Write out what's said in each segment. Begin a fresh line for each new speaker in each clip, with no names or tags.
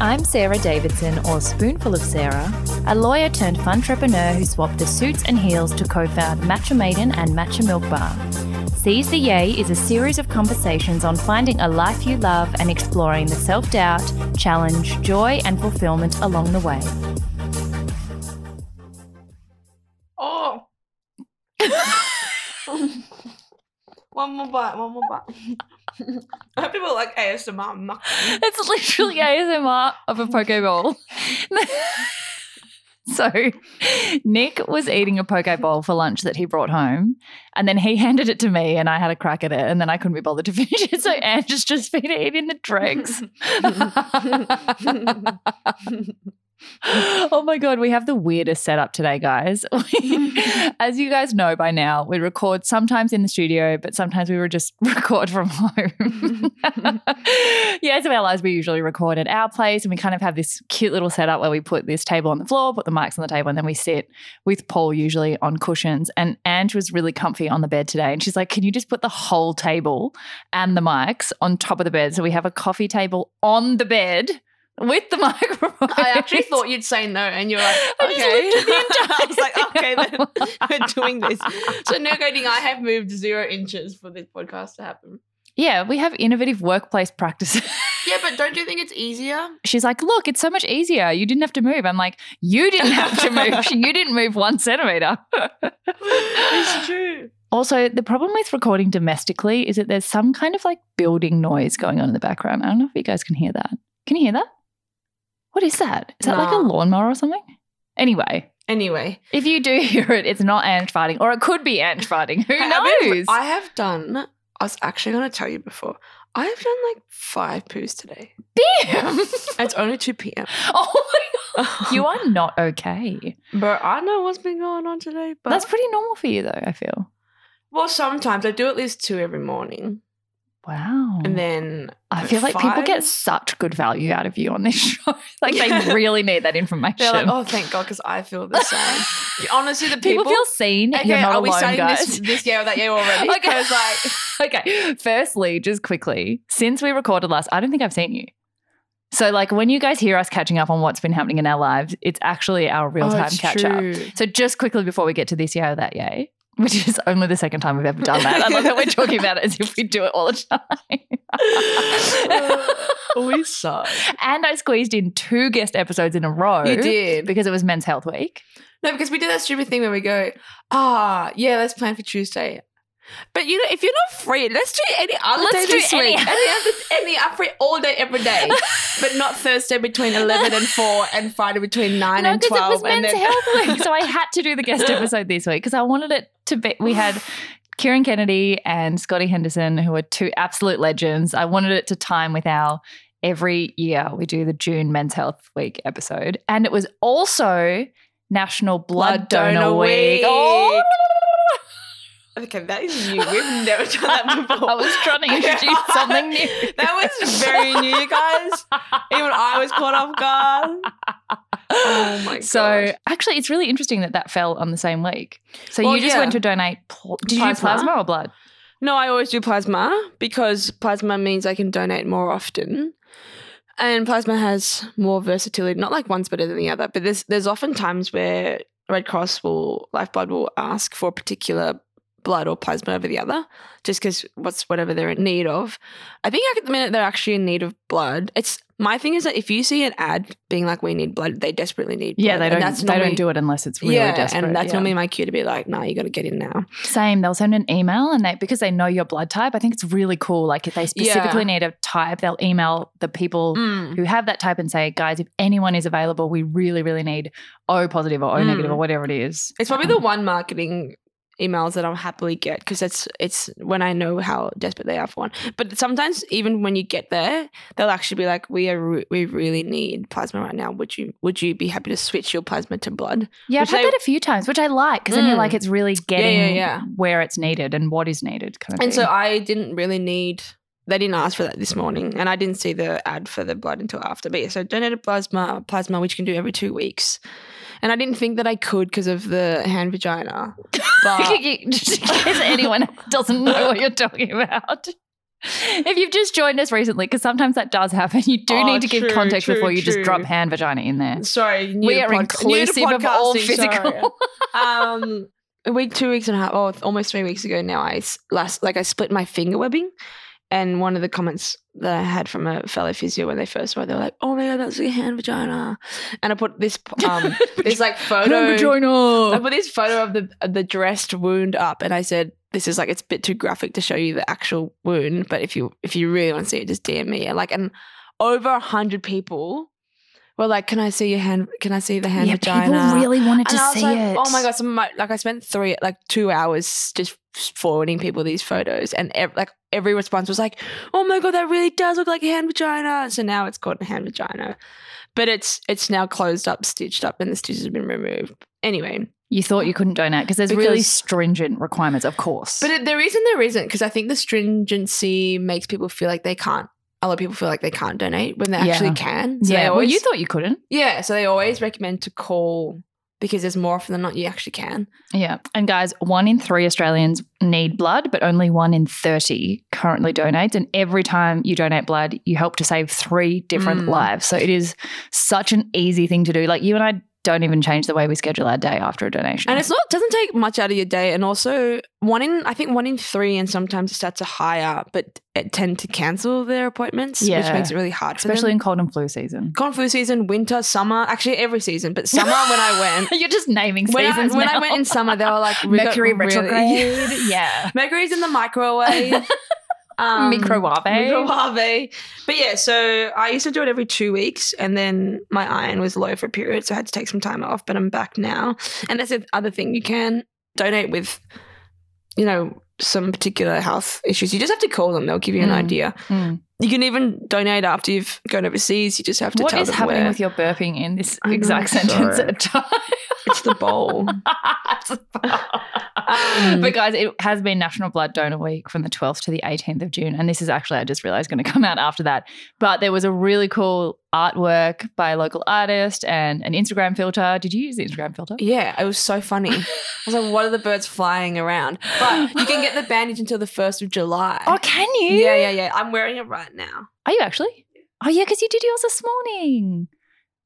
I'm Sarah Davidson, or Spoonful of Sarah, a lawyer turned funtrepreneur who swapped the suits and heels to co found Matcha Maiden and Matcha Milk Bar. Seize the Yay is a series of conversations on finding a life you love and exploring the self doubt, challenge, joy, and fulfillment along the way.
Oh. one more bite, one more bite. I hope people like ASMR mucking.
It's literally ASMR of a Pokeball. so, Nick was eating a Pokeball for lunch that he brought home, and then he handed it to me, and I had a crack at it, and then I couldn't be bothered to finish it. So, Andrew's just been eating the dregs. oh my god, we have the weirdest setup today, guys. We- As you guys know by now, we record sometimes in the studio, but sometimes we were just record from home. yeah, so our lives we usually record at our place, and we kind of have this cute little setup where we put this table on the floor, put the mics on the table, and then we sit with Paul usually on cushions. And Ange was really comfy on the bed today, and she's like, "Can you just put the whole table and the mics on top of the bed so we have a coffee table on the bed?" With the microphone.
I actually thought you'd say no, and you're like,
I just
okay.
looked at the
I was like, okay,
entire
then we're doing this. So no coding. I have moved zero inches for this podcast to happen.
Yeah, we have innovative workplace practices.
Yeah, but don't you think it's easier?
She's like, look, it's so much easier. You didn't have to move. I'm like, you didn't have to move. you didn't move one centimeter.
it's true.
also, the problem with recording domestically is that there's some kind of like building noise going on in the background. I don't know if you guys can hear that. Can you hear that? What is that? Is that like a
Nah.
lawnmower or something? Anyway,
Anyway,
if you do hear it, it's not ant farting, or it could be ant farting. Who
Hey, I've been-
knows?
I have done. I was actually going to tell you before. I have done like five poos today. It's only two p.m.
oh my God. You are not okay.
Bro, I know what's been going on today, but
That's pretty normal for you, though, I feel.
well, sometimes I do at least two every morning,
Wow.
and then
I feel like people get
five-
such good value out of you on this show. like they really need that
They're
information.
like, "Oh, thank God," because I feel the same. Honestly, the
people,
people,
feel seen.
Okay,
You're not
are we
alone,
starting
guys.
this this year or that year already?
Okay.
Because like,
okay. Firstly, just quickly, since we recorded last, I don't think I've seen you. So, like, when you guys hear us catching up on what's been happening in our lives, it's actually our
Oh,
real time catch up. So, just quickly before we get to this year or that yay, which is only the second time we've ever done that. I love that we're talking about it as if we do it all the time.
we suck.
and I squeezed in two guest episodes in a row.
You did
because it was Men's Health Week.
no, because we did that stupid thing where we go, ah, yeah, let's plan for Tuesday. But you know, if you're not free, let's do any other
Let's
day
do
this
any-
week. Any other, any, I'm free all day, every day, but not Thursday between eleven and four, and Friday between nine
no,
and
because it was
twelve. and
Men's
then-
Health Week, so I had to do the guest episode this week because I wanted it to be. We had Kieran Kennedy and Scotty Henderson, who are two absolute legends. I wanted it to time with our every year we do the June Men's Health Week episode, and it was also National Blood,
Blood Donor Week.
Oh,
Okay, that is new. We've never done that before.
I was trying to introduce something new.
That was very new, you guys. Even I was caught off guard. Oh my
So
God.
actually, it's really interesting that that fell on the same week. So
Well,
you just
yeah.
went to donate. Pl- did you do
Plasma.
plasma or blood?
No, I always do plasma because plasma means I can donate more often. And plasma has more versatility. Not like one's better than the other, but there's there's often times where Red Cross will Lifeblood will ask for a particular blood or plasma over the other, just because what's whatever they're in need of. I think at the minute they're actually in need of blood. It's my thing is that if you see an ad being like we need blood, they desperately need blood.
Yeah, they
And
don't.
that's
they
normally-
don't do it unless it's really
yeah,
desperate.
and that's
yeah.
normally my cue to be like, nah, you got to get in now.
same. They'll send an email, and they because they know your blood type. I think it's really cool. Like if they specifically
Yeah. Mm.
need a type, they'll email the people who have that type and say, "Guys, if anyone is available, we really, really need O positive or O negative
Mm.
or whatever it is."
It's probably the one marketing emails that I'll happily get because that's it's when I know how desperate they are for one. But sometimes even when you get there, they'll actually be like, "We are re- we really need plasma right now. Would you would you be happy to switch your plasma to blood?"
Yeah, I've
Which
had
I-
that a few times, which I like because then you're
Mm.
like, it's really getting
yeah.
where it's needed and what is needed. Kind of
And so
thing.
I didn't really need. They didn't ask for that this morning, and I didn't see the ad for the blood until after. But yeah, so donated plasma, plasma which you can do every two weeks, and I didn't think that I could because of the hand vagina. But
Just in case anyone doesn't know what you're talking about. If you've just joined us recently, because sometimes that does happen, you do
Oh,
need to give
true,
context
true,
before you just
true.
drop hand vagina in there.
sorry, new
We
to
are
podca- new to
inclusive of all
podcasting,
physical.
sorry. um a week two weeks and a half oh almost three weeks ago now i s- last like i split my finger webbing and one of the comments that i had from a fellow physio when they first saw it they were like oh my god that's your hand vagina and i put this p- um this like
Hand
photo I
vagina.
put this photo of the of the dressed wound up, and I said, "This is like it's a bit too graphic to show you the actual wound, but if you if you really want to see it, just DM me." And like, and over a hundred people were like, "Can I see your hand? Can I see the hand
yeah,
vagina?"
people really wanted to
and I was
see
like,
it.
"Oh my god!" So my, like I spent three, like two hours just forwarding people these photos, and ev- like every response was like, "Oh my god, that really does look like a hand vagina." So now it's called a hand vagina, but it's it's now closed up, stitched up, and the stitches have been removed. Anyway,
You thought you couldn't donate because there's really
Because-
stringent requirements, of course.
but it, there isn't, there isn't, because I think the stringency makes people feel like they can't. A lot of people feel like they can't donate when they
Yeah.
actually can. So
yeah,
they
well,
always,
you thought you couldn't.
yeah, so they always recommend to call because there's more often than not you actually can.
Yeah. And guys, one in three Australians need blood, but only one in 30 currently donates. And every time you donate blood, you help to save three different
Mm.
lives. So it is such an easy thing to do. Like you and I don't even change the way we schedule our day after a donation.
And it's not doesn't take much out of your day. And also one in I think one in three and sometimes it starts to higher, but it tend to cancel their appointments,
Yeah.
which makes it really hard.
especially
for them.
in cold and flu season.
Gone flu season, winter, summer, actually every season, but summer when I went.
You're just naming
When, I,
seasons
when I
now.
went in summer, they were like we got
Mercury
really-
retrograde. yeah.
Mercury's in the microwave. um,
Microwave.
Microwave. But yeah, so I used to do it every two weeks, and then my iron was low for a period, so I had to take some time off. But I'm back now, and that's the other thing you can donate with, you know, some particular health issues. You just have to call them; they'll give you an
Mm.
idea.
Mm.
You can even donate after you've gone overseas. You just have to
What
tell
is
them
happening
where.
with your burping in this
I know,
exact
I'm
sentence
sorry.
at a time?
it's the bowl.
It's a bar.
Um,
but guys, it has been National Blood Donor Week from the 12th to the 18th of June, and this is actually I just realized going to come out after that. But there was a really cool artwork by a local artist and an Instagram filter. Did you use the Instagram filter?
Yeah, it was so funny. I was like, what are the birds flying around? But you can get the bandage until the 1st of July.
Oh, can you?
Yeah, yeah, yeah. I'm wearing it right now.
Are you actually? Oh yeah, because you did yours this morning.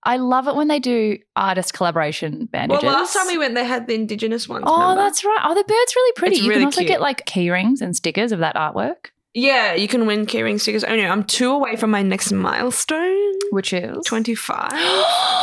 I love it when they do artist collaboration bandages.
Well, last time we went, they had the indigenous ones.
Oh,
remember?
that's right. Oh, the bird's really pretty.
It's
you
really
can also
cute.
get like key rings and stickers of that artwork,
yeah. You can win keyring stickers. Oh no, I'm two away from my next milestone.
which is
Twenty five.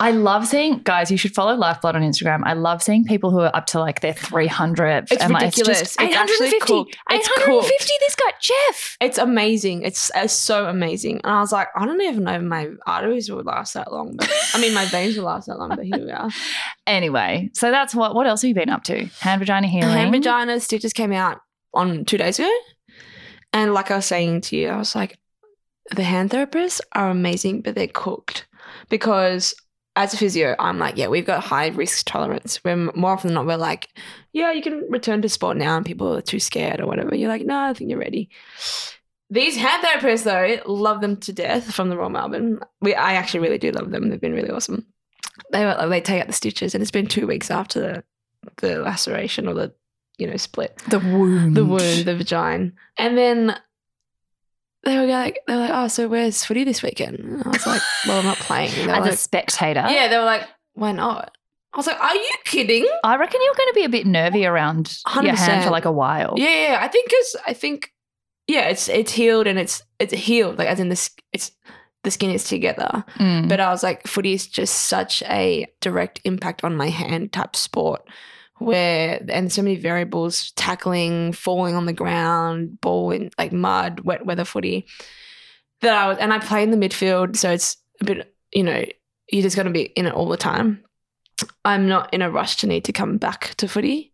I love seeing guys. You should follow Lifeblood on Instagram. I love seeing people who are up to like their 300th.
It's
like,
ridiculous.
just
It's actually
850.
cooked. It's
850. This guy Jeff.
It's amazing. It's, it's so amazing. And I was like, I don't even know if my arteries will last that long. But, I mean, my veins will last that long. But here we are.
Anyway, so that's what. What else have you been up to? Hand vagina healing.
Hand vagina stitches came out on two days ago. And like I was saying to you, I was like, the hand therapists are amazing, but they're cooked. Because as a physio, I'm like, yeah, we've got high risk tolerance. We're m- more often than not, we're like, yeah, you can return to sport now, and people are too scared or whatever. You're like, no, I think you're ready. These hand therapists, though, love them to death from the Royal Melbourne. We, I actually really do love them. They've been really awesome. They were- they take out the stitches, and it's been two weeks after the the laceration or the you know split
The wound.
the wound, the vagina. And then they were like, they were like, oh, so where's footy this weekend? And I was like, well, I'm not playing. And they were
As a
like-
spectator.
yeah, they were like, why not? I was like, are you kidding?
I reckon you're going to be a bit nervy around your hand
100%.
for like a while.
Yeah, yeah. I think because I think, yeah, it's it's healed and it's it's healed. Like as in this, it's the skin is together.
Mm.
But I was like, footy is just such a direct impact on my hand type sport where and so many variables tackling, falling on the ground, ball in like mud, wet weather footy. That I was and I play in the midfield, so it's a bit you know, you're just gonna be in it all the time. I'm not in a rush to need to come back to footy.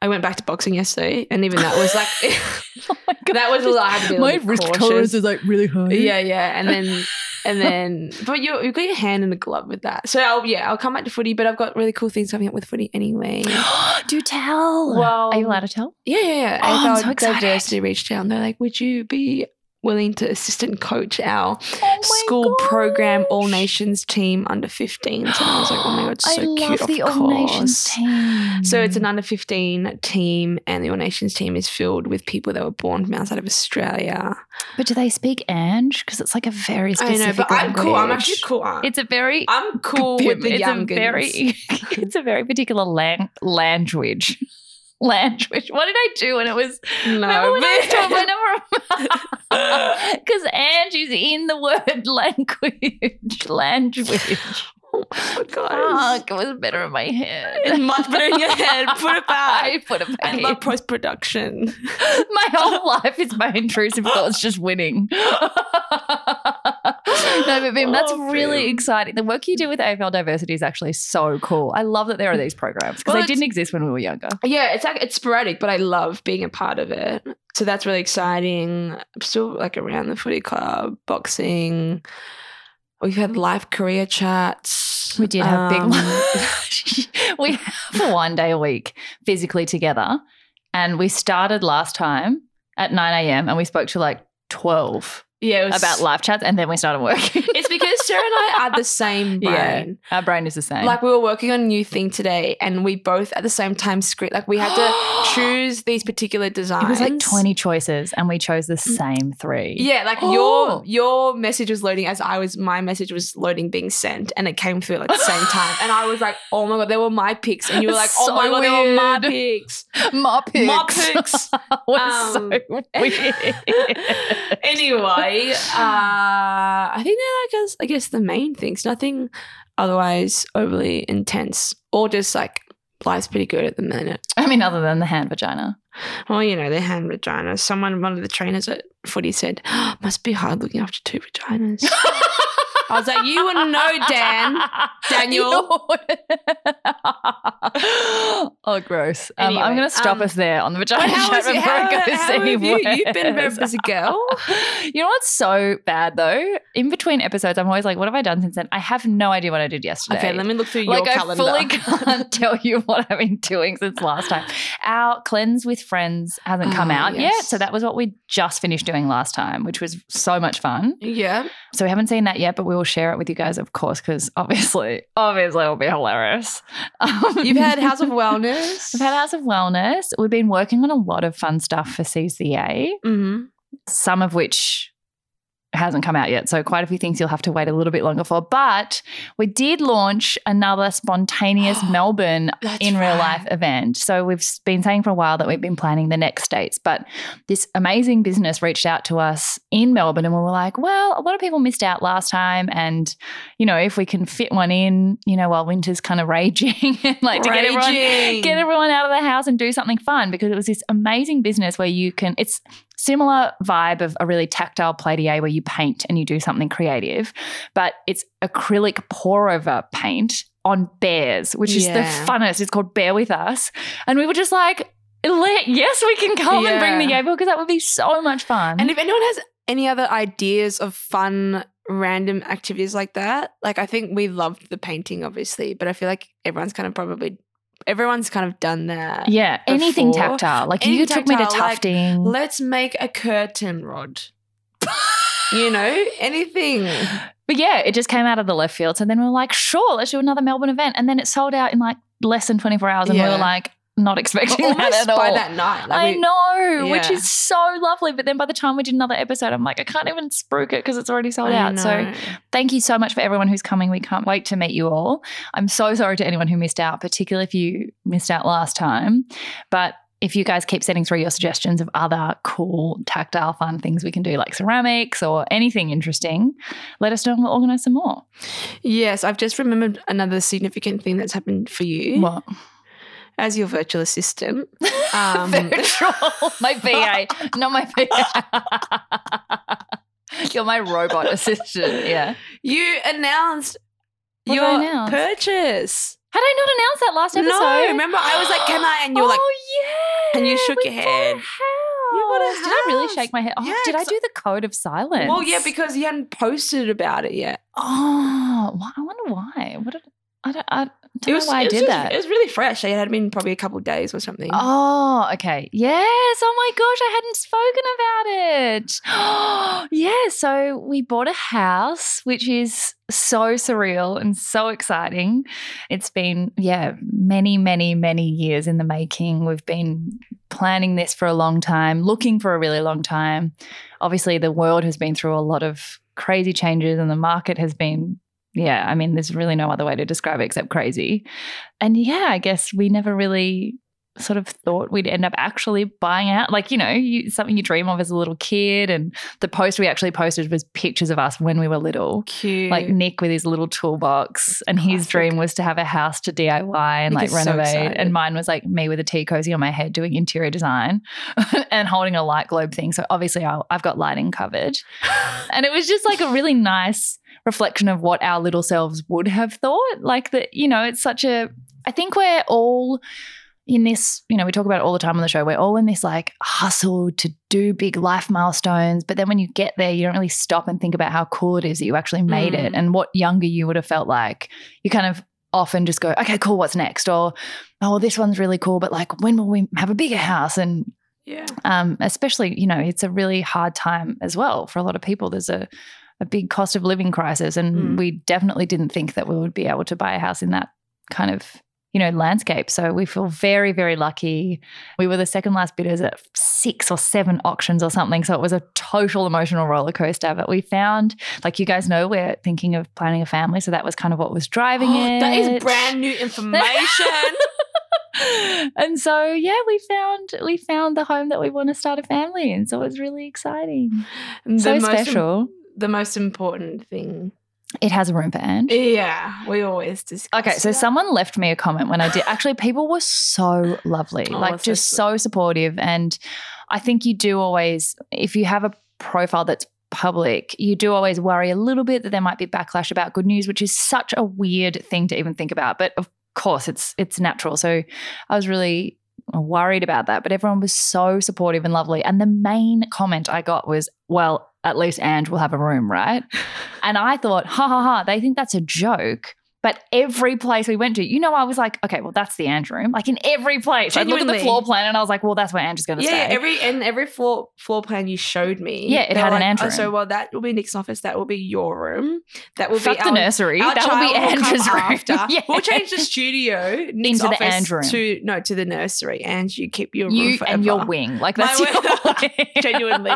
I went back to boxing yesterday, and even that was like
Oh my God.
that was a lot. I had to be a
My
little bit
risk
cautious.
tolerance is like really high.
Yeah, yeah, and then and then, but you you got your hand in the glove with that. So I'll, yeah, I'll come back to footy, but I've got really cool things coming up with footy anyway.
Do tell.
Well-
are you allowed to tell?
Yeah, yeah, yeah.
Oh, I'm
AFL
so excited.
Diversity reached out and they're like, would you be willing to assistant coach our
Oh
school program All Nations team under 15s? And I was like, oh my God, so
I
cute.
love
of
the All Nations
course.
team.
So it's an under 15 team, and the All Nations team is filled with people that were born outside of Australia.
But do they speak Ange? Because it's like a very
I
specific.
know, but I'm cool. I'm actually
language.
cool. Aunt.
It's a very.
I'm cool with the
it's
young
a very. it's a very particular lang- language. Language. What did I do when it was? remember when I was talking? Because Angie's in the word language. Language.
Oh my God, guys.
Fuck, it was better in my head.
It's much better in your head. Put it back.
I put it
I
back.
love post production.
my whole life is my intrusive thoughts just winning. no, but Bim, that's
Oh,
really
Bim.
exciting. The work you do with AFL diversity is actually so cool. I love that there are these programs because
Well,
they didn't exist when we were younger.
Yeah, it's like it's sporadic, but I love being a part of it. So that's really exciting. I'm still like around the footy club, boxing. We've had live career chats.
We did have
Um,
big. we have one day a week physically together, and we started last time at nine a.m. and we spoke to like twelve
yeah, it was-
about live chats, and then we started working.
It's because Sarah and I are the same
Yeah.
brain.
Our brain is the same.
Like we were working on a new thing today, and we both at the same time script. Like we had to choose these particular designs.
It was like 20 choices and we chose the
Mm.
same three.
Yeah, like
Oh.
your your message was loading as I was my message was loading being sent and it came through at like the same time. And I was like, oh my god, they were my picks. And you were like, oh
So
my god, they were my
weird.
picks.
My picks.
My picks.
was
Um,
so weird.
anyway, uh I think they're like us- I guess the main things. Nothing otherwise overly intense. Or just like life's pretty good at the minute.
I mean, other than the hand vagina.
Well, you know, they hand vaginas. Someone one of the trainers at footy said, "Oh, must be hard looking after two vaginas. I was like, you wouldn't know, Dan. Daniel.
You- oh, gross. Um, I'm
Anyway,
going to stop
um,
us there on the vagina
Well, how
chat
is it-
before
how-
it goes
how have you-
anywhere.
You've been rep as a girl.
You know what's so bad though? In between episodes, I'm always like, what have I done since then? I have no idea what I did yesterday.
Okay, let me look through
like
your
I
calendar.
fully can't tell you what I've been doing since last time. Our cleanse with friends hasn't come
Ah,
out yet,
yes.
so that was what we just finished doing last time, which was so much fun.
yeah.
So we haven't seen that yet, but we will share it with you guys, of course, because obviously, obviously, it'll be hilarious. Um,
You've had House of Wellness.
We've had Hours of Wellness. We've been working on a lot of fun stuff for CCA,
hmm
some of which hasn't come out yet. So quite a few things you'll have to wait a little bit longer for. But we did launch another spontaneous Melbourne
That's
in real
right.
life event. So we've s- been saying for a while that we've been planning the next dates, but this amazing business reached out to us in Melbourne and we were like, well, a lot of people missed out last time and you know, if we can fit one in, you know, while winter's kind of raging and like to get everyone
Raging.
get everyone out of the house and do something fun because it was this amazing business where you can it's similar vibe of a really tactile platier where you paint and you do something creative but it's acrylic pour over paint on bears which is the
Yeah.
funnest it's called bear with us and we were just like "Le- yes we can come and bring the
Yeah.
Gable because that would be so much fun
And if anyone has any other ideas of fun, random activities like that, like I think we loved the painting, obviously, but I feel like everyone's kind of probably, everyone's kind of done that.
yeah anything
before-
tactile like you
anything
took me to
tactile, like,
tufting
Let's make a curtain rod. you know, anything.
But yeah, it just came out of the left field. So then we were like, sure, let's do another Melbourne event. And then it sold out in like less than 24 hours. And we
Yeah.
were like, not expecting that
Almost
at
by
all.
that night. like
I
we-
know, which
Yeah.
is so lovely. But then by the time we did another episode, I'm like, I can't even spruik it because it's already sold
I
out. So
know.
thank you so much for everyone who's coming. We can't wait to meet you all. I'm so sorry to anyone who missed out, particularly if you missed out last time. But if you guys keep sending through your suggestions of other cool, tactile, fun things we can do, like ceramics or anything interesting, let us know and we'll organize some more.
Yes, I've just remembered another significant thing that's happened for you
What?
as your virtual assistant. Um,
Virtual. My VA, not my VA. You're my robot assistant. Yeah.
you announced
What did
your
I announce?
purchase.
Had I not announced that last episode?
No, remember I was like, "Can I?" And you were like,
"Oh yeah,"
and you shook your
We got a
head. We got a
house. Did I really
house.
shake my head? Oh,
Yeah,
did I
'cause-
do the code of silence?
"Well, yeah," because you hadn't posted about it yet.
oh, why- I wonder why. What did I don't, I don't
it was,
know why
it
I
was
did
just-
that.
It was really fresh. It had been probably a couple of days or something.
Oh, okay. Yes. Oh my gosh, I hadn't spoken about it. yeah. So we bought a house, which is so surreal and so exciting. It's been, yeah, many, many, many years in the making. We've been planning this for a long time, looking for a really long time. Obviously, the world has been through a lot of crazy changes and the market has been. Yeah, I mean, there's really no other way to describe it except crazy. And yeah, I guess we never really sort of thought we'd end up actually buying out like you know you, something you dream of as a little kid and the post we actually posted was pictures of us when we were little
Cute.
like Nick with his little toolbox, and his
classic.
dream was to have a house to DIY and like
Nick is so
renovate.
excited.
and mine was like me with a tea cozy on my head doing interior design and holding a light globe thing. So obviously, I, I've got lighting covered. and it was just like a really nice reflection of what our little selves would have thought. Like that, you know, it's such a, I think we're all. In this, you know, we talk about it all the time on the show. We're all in this like hustle to do big life milestones. But then when you get there, you don't really stop and think about how cool it is that you actually made it
Mm.
and what younger you would have felt like. You kind of often just go, okay, cool, what's next? Or, oh, this one's really cool, but like, when will we have a bigger house? And
yeah.
um, especially you know it's a really hard time as well for a lot of people there's a, a big cost of living crisis and
Mm.
we definitely didn't think that we would be able to buy a house in that kind of you know landscape so we feel very very lucky we were the second last bidders at six or seven auctions or something so it was a total emotional roller coaster but we found like you guys know we're thinking of planning a family so that was kind of what was driving it
Oh, that is brand new information.
and so yeah, we found we found the home that we want to start a family in. So it's really exciting.
The
so
most im-
special.
the most important thing.
it has a room for Ange.
Yeah, we always discuss.
Okay, so
that.
someone left me a comment when I did. Actually, people were so lovely,
Oh,
like
that's so
just
sweet.
so supportive. And I think you do always, if you have a profile that's public, you do always worry a little bit that there might be backlash about good news, which is such a weird thing to even think about. But of course, it's it's natural. So I was really worried about that, but everyone was so supportive and lovely. And the main comment I got was, well, at least Ange will have a room, right? And I thought, ha ha ha, they think that's a joke. But every place we went to, you know, I was like, okay, well, that's the Ange room. Like in every place, I looked at the
Genuinely.
floor plan and I was like, well, that's where Ange's going to
yeah, yeah,
stay.
every and every floor floor plan you showed me.
Yeah, it
they
had
were
an
like,
Andrew
"Oh, So
room."
well, that will be Nick's office. That will be your room. That will
Fuck
be
the
our,
nursery.
Our
That will be
child come
Ange's room.
After.
Yeah.
We'll change the studio Nick's
Into the
office
Andrew room.
to no to the nursery, and you keep your room
you
forever.
and your wing. Like
My
that's your
wing.
wing.
Genuinely.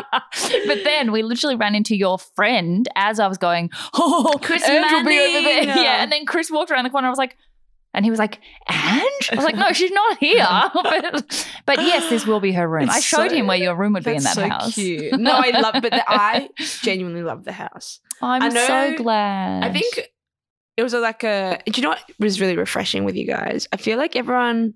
but then we literally ran into your friend as I was going, oh,
Chris
Ange will be over there.
Manning.
Yeah. And then Chris walked around the corner. I was like, and he was like, Ange? I was like, no, she's not here. but, but yes, this will be her room.
Uh-huh. It's
I showed
so-
him where your room would be in that
That's so
house.
cute. No, I love, but the, I genuinely love the house.
I'm
I know-
so glad.
I think it was like a. Do you know what was really refreshing with you guys? I feel like everyone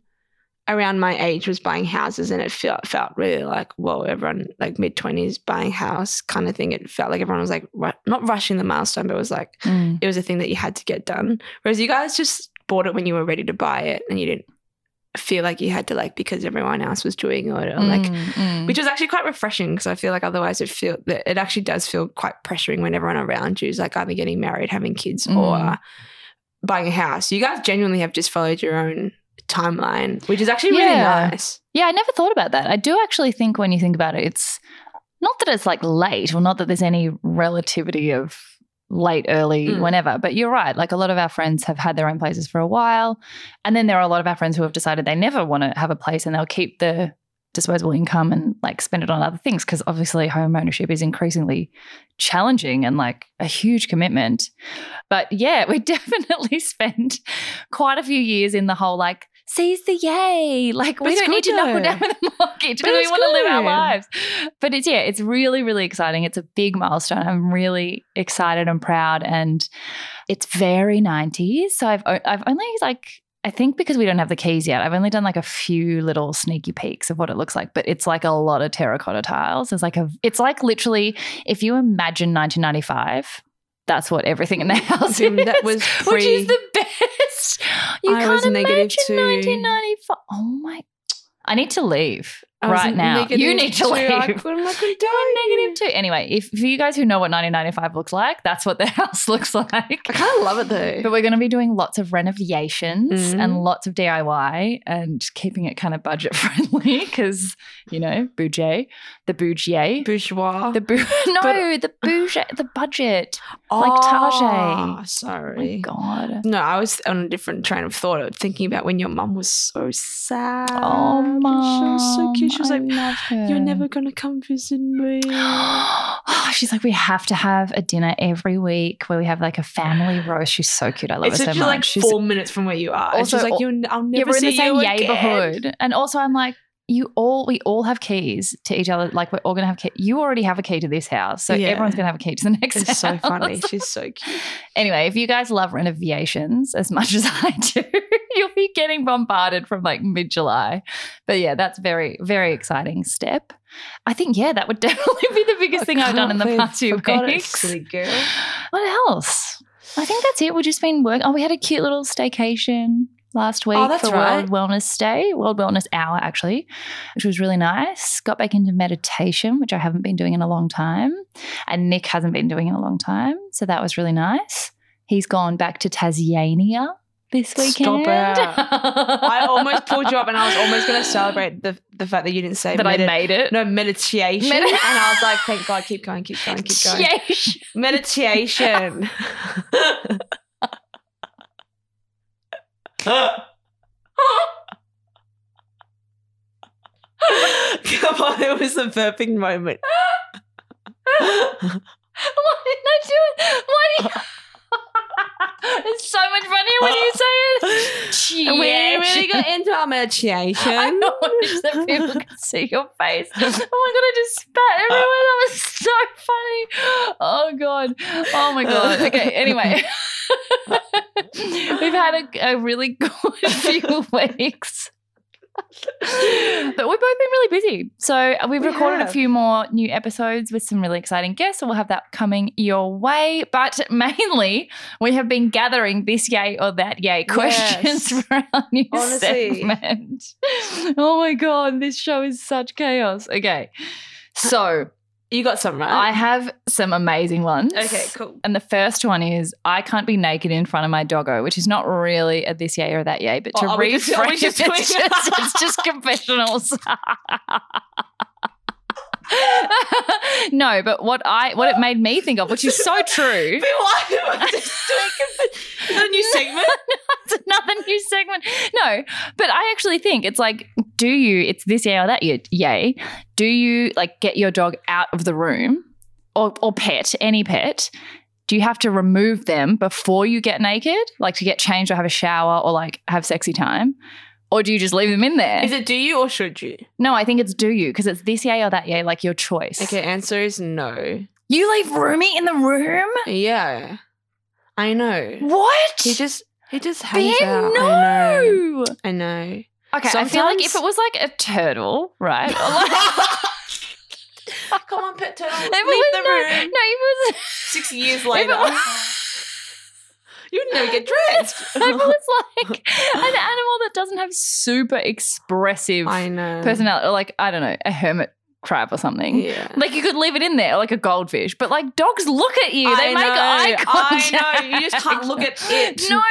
around my age was buying houses, and it felt felt really like whoa, everyone like mid twenties buying house kind of thing. It felt like everyone was like ru- not rushing the milestone, but it was like
Mm.
it was a thing that you had to get done. Whereas you guys just bought it when you were ready to buy it, and you didn't feel like you had to like because everyone else was doing it or like
Mm, mm.
which is actually quite refreshing because I feel like otherwise it feel that it actually does feel quite pressuring when everyone around you is like either getting married, having kids,
Mm.
or buying a house. You guys genuinely have just followed your own timeline, which is actually really
Yeah.
nice.
Yeah, I never thought about that. I do actually think when you think about it, it's not that it's like late or not that there's any relativity of late, early,
Mm.
whenever, but you're right. Like a lot of our friends have had their own places for a while. And then there are a lot of our friends who have decided they never want to have a place and they'll keep the disposable income and like spend it on other things because obviously home ownership is increasingly challenging and like a huge commitment. But yeah, we definitely spent quite a few years in the whole like seize the yay. Like we
That's
don't need
good
to knuckle
though.
down with a mortgage
But
because we
it's
want to live our
good.
lives. But it's yeah, it's really, really exciting. It's a big milestone. I'm really excited and proud and it's very 90s. So I've o- I've only like I think because we don't have the keys yet, I've only done like a few little sneaky peeks of what it looks like, but it's like a lot of terracotta tiles. It's like a it's like literally if you imagine 1995, that's what everything in the house
Zoom,
is.
that was
which is
pre-
the best.
Yes. I was negative
imagine
two.
1995. Oh my. I need to leave
I was
right now. You
negative
need to
two. I
leave.
couldn't, I couldn't
You were
do it.
negative two. Anyway, if for you guys who know what 1995 looks like, that's what the house looks like.
I kind of love it though.
But we're going to be doing lots of renovations
Mhm.
and lots of DIY and just keeping it kind of budget friendly because, you know, bougie, the bougie,
bourgeois.
the bou- no,
But-
the bougie, the budget.
oh,
Target. Oh my
Sorry.
god.
no, I was on a different train of thought, thinking about when your mum was so sad.
Oh
And
my.
she was so cute.
Oh
She was like,
like,
"You're never gonna come visit me."
Oh, she's like, we have to have a dinner every week where we have like a family roast. She's so cute. I love
it's
her so
literally
much.
like
she's
four minutes from where you are. and
Also,
she's like,
all-
"You'll, I'll never
yeah, we're in
see
the same
you again."
neighborhood. And also, I'm like, you all, we all have keys to each other. Like, we're all gonna have key. You already have a key to this house, so
Yeah.
everyone's gonna have a key to the next.
It's so
house.
funny. She's so cute.
Anyway, if you guys love renovations as much as I do, you'll be getting bombarded from like mid July. But yeah, that's very, very exciting step. I think yeah, that would definitely be the biggest thing I've done in the past few weeks.
girl.
What else? I think that's it. We've just been working. Oh, we had a cute little staycation last week
Oh, that's
for
right.
World Wellness Day, World Wellness Hour, actually, which was really nice. Got back into meditation, which I haven't been doing in a long time. And Nick hasn't been doing in a long time. So that was really nice. He's gone back to Tasmania this
Stop
weekend.
it. I almost pulled you up, and I was almost going to celebrate the the fact that you didn't say
that I
medi-
made it.
No meditation,
Medi-
and I was like, "Thank God, keep going, keep going, keep going."
Yes.
Meditation. Come on, it was the burping moment.
Why didn't I do it? Why did you? it's so much funnier when you say it.
And we really
Cheech.
got into our meditation.
I know, I wish that people could see your face. Oh my god, I just spat everywhere. That was so funny. Oh god. Oh my god. Okay. Anyway, we've had a, a really good few weeks. but we've both been really busy. So uh, we've
We
recorded a
have.
few more new episodes with some really exciting guests. So we'll have that coming your way. But mainly, we have been gathering this yay or that yay questions
Yes.
for our new
Honestly.
segment. Oh my God, this show is such chaos. Okay. So
You got some
I
right.
have some amazing ones.
Uh, okay, cool.
And the first one is I can't be naked in front of my doggo, which is not really a this yay or that yay, but to
Oh, are we just- are
reframe
we just
it,
doing-
it's, just, it's just confessionals. no, but what I what it made me think of, which is so true,
But why am I just doing it? Is that a new segment?
it's another new segment. No, but I actually think it's like, do you? It's this yay or that yay? Yay? Do you like get your dog out of the room or or pet any pet? Do you have to remove them before you get naked, like to get changed or have a shower or like have sexy time? Or do you just leave them in there?
Is it do you or should you?
no, I think it's do you because it's this yay or that yay, like your choice.
Okay, answer is no.
You leave Roomy in the room?
Yeah, I know.
What?
He just he just hangs
Ben,
out. I know.
no.
I know.
Okay, I feel like if
Sometimes-
it was like a turtle, right? Or like-
Come on, pet turtle.
If it was no, No, it was.
Six years
later.
you never get dressed.
If it was like an animal that doesn't have super expressive
I know.
personality, or like I don't know, a hermit crab or something.
Yeah.
Like you could leave it in there, or like a goldfish. But like dogs look at you;
I
they make
know,
eye contact.
I know. You just can't look at it.
No,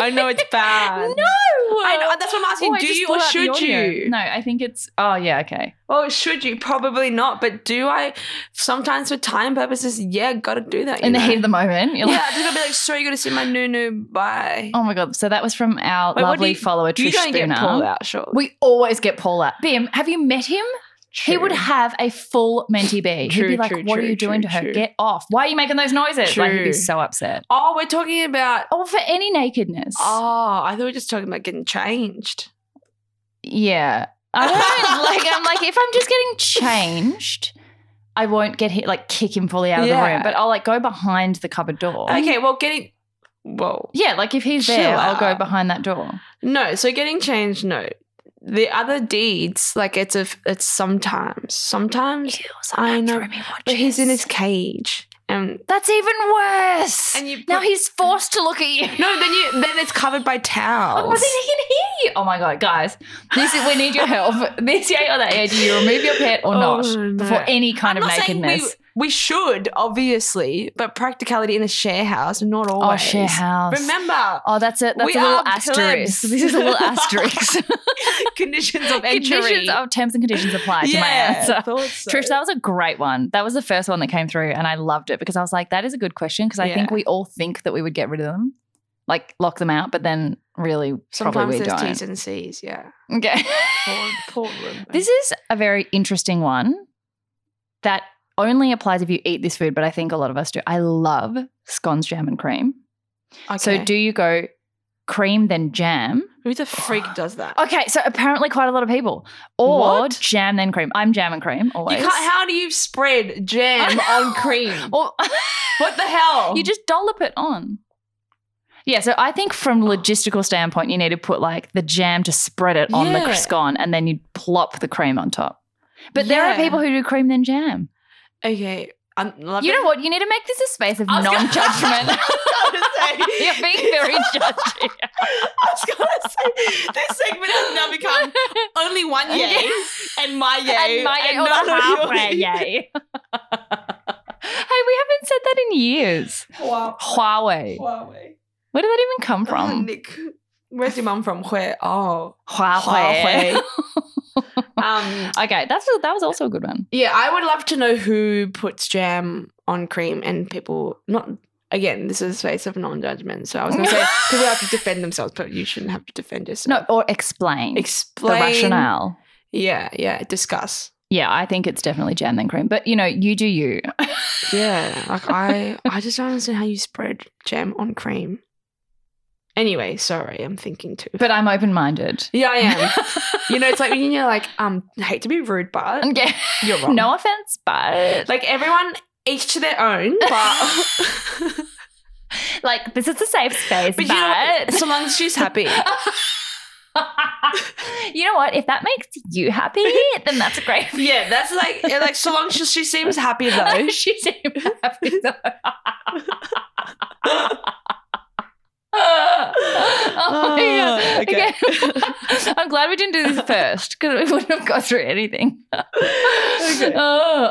I know it's bad.
No,
I know. That's what I'm asking.
Oh, I
do
just
you
blew
or
out the
should
audio.
you?
No, I think it's. Oh yeah, okay.
Oh, should you? Probably not. But do I? Sometimes for time purposes, yeah, gotta do that. you
In the
know?
heat of the moment, you're
yeah,
like,
I just gotta be like, sorry, you gotta see my new new bye.
oh my god. So that was from our
Wait, what do
lovely
you-
follower Trish
you don't
Spooner.
get pulled out, sure.
We always get Paul out. Bim, have you met him? He would have a full mentee bee. he'd be
True,
like,
true,
"What are
true,
you doing
true,
to her?
true.
Get off! Why are you making those noises?" Like he'd be
True.
so upset.
Oh, we're talking about.
Or Oh, for any nakedness.
Oh, I thought we were just talking about getting changed.
Yeah, I don't like. I'm like, if I'm just getting changed, I won't get hit like kick him fully out of the
Yeah.
room. But I'll like go behind the cupboard door.
Okay, well, getting. Whoa.
Yeah, like if he's there,
Chill
I'll go
out.
behind that door.
No, so getting changed, no. The other deeds, like it's a, it's sometimes, sometimes. I know,
Remy
But he's in
watches.
his cage. And
That's even worse.
And you
now
put-
he's forced to look at you.
no, then you then it's covered by
Oh,
towels.
but then he can hear you. Oh my god, guys! This is we need your help. This yay or that yay? Do you remove your pet or
Oh,
not
no.
before any kind of
not saying
nakedness?
We, we should, obviously, but practicality in a share house, not always.
oh, share house.
Remember,
Oh, that's a that's a
We
little
are
asterisk.
plebs.
This is a little asterisk.
conditions of entry.
conditions of terms and conditions apply to my
yeah,
answer.
thought so.
Trish, that was a great one. That was the first one that came through, and I loved it because I was like, that is a good question because I think
Yeah.
we all think that we would get rid of them, like lock them out, but then really probably
Sometimes
we
there's T's
don't.
and C's, yeah.
Okay.
Poor, poor woman.
This is a very interesting one that only applies if you eat this food, but I think a lot of us do. I love scones, jam, and cream.
okay.
So do you go cream then jam?
who the freak does that?
Okay, so apparently quite a lot of people. Or
What?
jam then cream. I'm jam and cream always.
You can't, how do you spread jam on cream?
Or-
What the hell?
you just dollop it on. Yeah, so I think from logistical standpoint, you need to put like the jam to spread it on
Yeah.
the scone, and then you plop the cream on top. But there are
Yeah.
people who do cream then jam.
okay. I'm loving
You know what? You need to make this a space of
I was gonna-
non-judgment.
I was gonna say.
You're being very judgy.
I was gonna say this segment has now become only one yay and my yay
and my yay, or the
none of yours.
halfway yay. hey, we haven't said that in years.
Wow.
Huawei.
Huawei.
Where did that even come
Oh,
from? Ah,
Nick, where's your mum from? Where? Oh,
Huawei.
Huawei. um,
okay, that's that was also a good one.
yeah, I would love to know who puts jam on cream and people not. Again, this is a space of non-judgment, so I was going to say people have to defend themselves, but you shouldn't have to defend
No,
yourself.
or explain, the
explain
rationale.
Yeah, yeah, discuss.
Yeah, I think it's definitely jam then cream. But you know, you do you.
Yeah, like I, I just don't understand how you spread jam on cream. Anyway, sorry, I'm thinking too.
But I'm open minded.
yeah, I am. you know, it's like when you're like, um, I hate to be rude, but
Okay.
you're wrong.
No offense, but
like everyone, each to their own. But
like this is a safe space.
but
But,
you know, so long as she's happy.
you know what? If that makes you happy, then that's a great
Yeah, that's like yeah, like so long as she, she seems happy though.
she seemed happy though. oh, yeah.
Oh, okay.
Okay. I'm glad we didn't do this first because we wouldn't have got through anything. oh,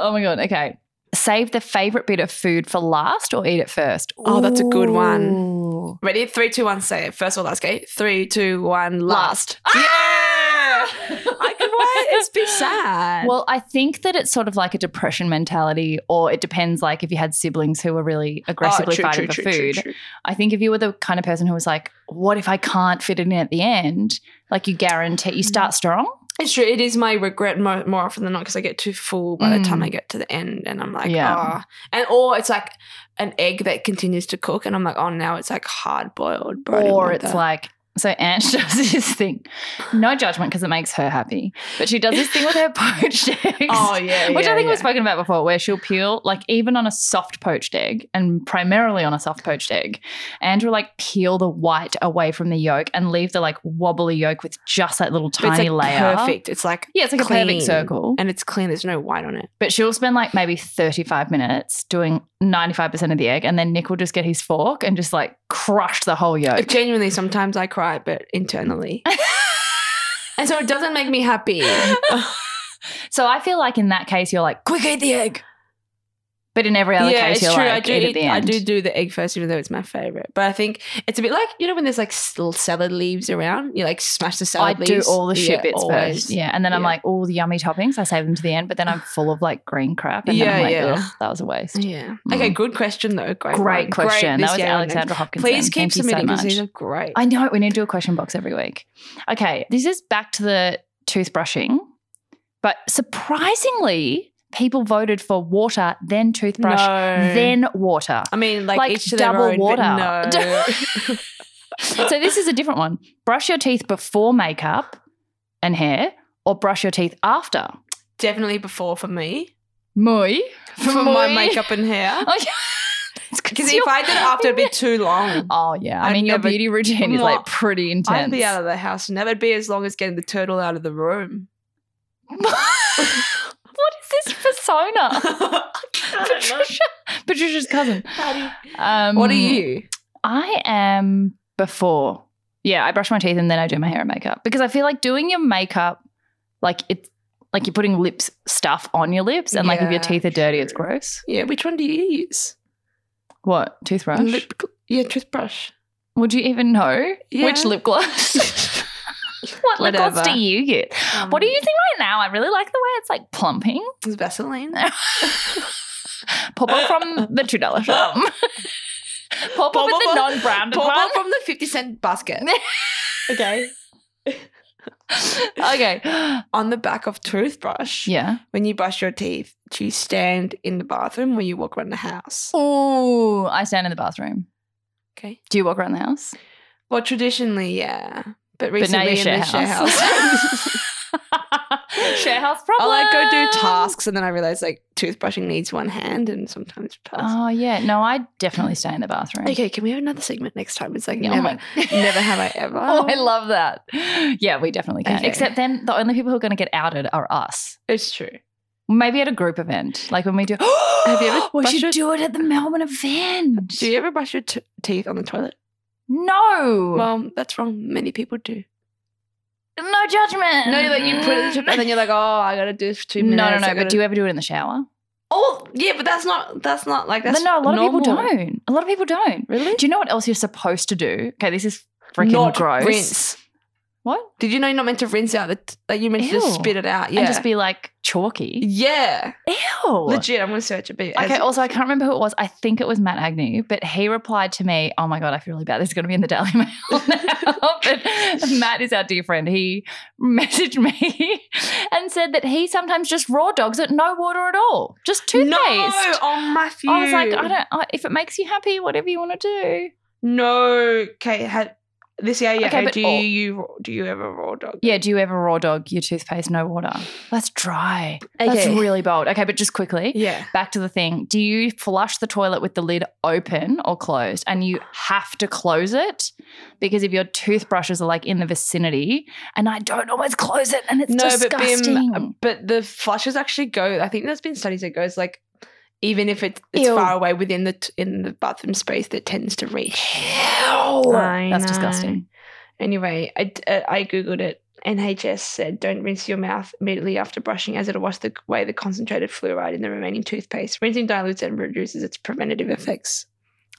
oh my god. Okay. Save the favorite bit of food for last or eat it first.
Oh, that's a good one.
Ooh.
Ready? Three, two, one. Say it. First of all, last. Okay. Three, two, one. Last.
Ah!
Yeah. I could. Why? It's be sad.
Well, I think that it's sort of like a depression mentality, or it depends. Like if you had siblings who were really aggressively
Oh, true,
fighting for
true, true, true,
food,
true.
I think if you were the kind of person who was like, "What if I can't fit it in at the end?" Like you guarantee you start
Mm.
strong.
It's true. It is my regret more, more often than not because I get too full by the time I get to the end, and I'm like,
Yeah.
ah. And or it's like an egg that continues to cook, and I'm like, oh, now it's like hard boiled, bro. I didn't
or
want
it's
that.
like, so Ange does this thing, no judgment because it makes her happy, but she does this thing with her poached eggs.
oh yeah,
Which
yeah,
I think we've
yeah.
spoken about before, where she'll peel, like, even on a soft poached egg, and primarily on a soft poached egg, and will like peel the white away from the yolk and leave the like wobbly yolk with just that little
But it's,
tiny
like,
layer.
Perfect. It's like
Yeah, it's like a
clean.
perfect circle.
and it's clean. There's no white on it.
But she'll spend like maybe 35 minutes doing 95% of the egg, and then Nick will just get his fork and just like crush the whole yolk.
Genuinely, sometimes I cry, but internally. And so it doesn't make me happy.
so I feel like in that case, you're like,
Quick, eat the egg.
but in every other case, you're like,
I do.
eat at
eat-
the end.
I do do the egg first, even though it's my favorite. But I think it's a bit like you know when there's like s- little salad leaves around, you like smash the
I
salad
do
leaves.
all the shit
Yeah,
bits
always.
first. Yeah. And then I'm
Yeah.
like, all the yummy toppings, I save them to the end, but then I'm full of like green crap. And then
Yeah,
I'm like,
yeah.
ugh, that was a waste.
Yeah. Okay. Good question though. Great.
Great
one.
question. that
Great, this
was
year,
Alexandra Hopkins.
Please keep submitting
so
because
much.
these are great.
I know we need to do a question box every week. Okay, this is back to the toothbrushing, but surprisingly, people voted for water, then toothbrush,
No.
then water.
I mean, like,
like,
each to their
double
own, but
water.
No.
so this is a different one. Brush your teeth before makeup and hair, or brush your teeth after.
Definitely before for me
Muy
for my makeup and hair.
Oh yeah,
Because if I did it after, it'd be too long.
Oh yeah, I
I'd
mean your
never-
beauty routine is like pretty intense.
I'd be out of the house. Never be as long as getting the turtle out of the room.
what is this persona?
I
Patricia. Patricia's cousin. Um,
What are you?
I am before. Yeah, I brush my teeth and then I do my hair and makeup because I feel like doing your makeup, like it's like you're putting lips stuff on your lips, and like if
Yeah,
your teeth are dirty, it's
true.
gross.
Yeah, which one do you use?
What toothbrush?
Lip gl- yeah, toothbrush.
Would you even know
Yeah.
which lip gloss? what lip gloss
Whatever.
do you get? What
Um,
do you think right now? I really like the way it's like plumping.
It's Um, Vaseline.
Uh, Pop
Uh,
up from the two dollar shop. Pop up
Pop
with the
up-
non branded
Pop
one.
up from the 50 cent basket. okay.
okay.
On the back of toothbrush,
Yeah.
when you brush your teeth, do you stand in the bathroom or you walk around the house?
Oh, I stand in the bathroom.
Okay.
Do you walk around the house?
Well, traditionally, yeah. But
But now
recently
you
in
share
the share
house.
house.
share house problem.
I'll like go do tasks and then I realize like toothbrushing needs one hand and sometimes pass.
Oh yeah, no, I definitely stay in the bathroom.
okay, can we have another segment next time? It's like
Yeah, oh
never,
my-
never have I ever.
Oh, I love that. Yeah, we definitely can.
Okay.
Except then the only people who are going to get outed are us.
It's true.
Maybe at a group event, like when we do.
Have you ever
We
brushed
should do
your-
it at the Melbourne event.
Do you ever brush your t- teeth on the toilet?
No,
Well, that's wrong. Many people do.
no judgment.
No, like you put it in the toothbrush and then you're like, oh, I gotta do this for two minutes.
no, no, no.
I
But
gotta-
do you ever do it in the shower?
Oh, yeah, but that's not. That's not like that's.
but no, a lot
normal.
of people don't. A lot of people don't.
Really?
Do you know what else you're supposed to do? Okay, this is freaking
not
gross.
rinse.
What?
Did you know you're not meant to rinse out the? T- like you're meant to
Ew.
just spit it out. Yeah.
And just be like chalky.
yeah.
Ew.
Legit. I'm gonna search a bit.
Okay, oh,
as-
also, I can't remember who it was. I think it was Matt Agnew, but he replied to me, Oh my God, I feel really bad. This is going to be in the Daily Mail now. but Matt is our dear friend. He messaged me and said that he sometimes just raw dogs it, no water at all, just toothpaste.
No, oh, on my few.
I was like, I don't, I, if it makes you happy, whatever you want to do.
No, Kate had this. Yeah,
Okay,
yeah. Okay,
but oh.
do you,
all-
you do you ever raw dog?
Yeah, do you ever raw dog your toothpaste, no water? That's dry. That's
Okay.
really bold. Okay, but just quickly.
Yeah.
Back to the thing. Do you flush the toilet with the lid open or closed? And you have to close it because if your toothbrushes are like in the vicinity, and I don't always close it, and it's
No, but
disgusting.
Bim, um, but the flushes actually go. I think there's been studies that goes like, even if it, it's
Ew.
far away within the t- in the bathroom space, that tends to reach. I
That's
know.
disgusting.
Anyway, I, uh, I googled it. NHS said don't rinse your mouth immediately after brushing as it'll wash the, away the concentrated fluoride in the remaining toothpaste. Rinsing dilutes and reduces its preventative effects.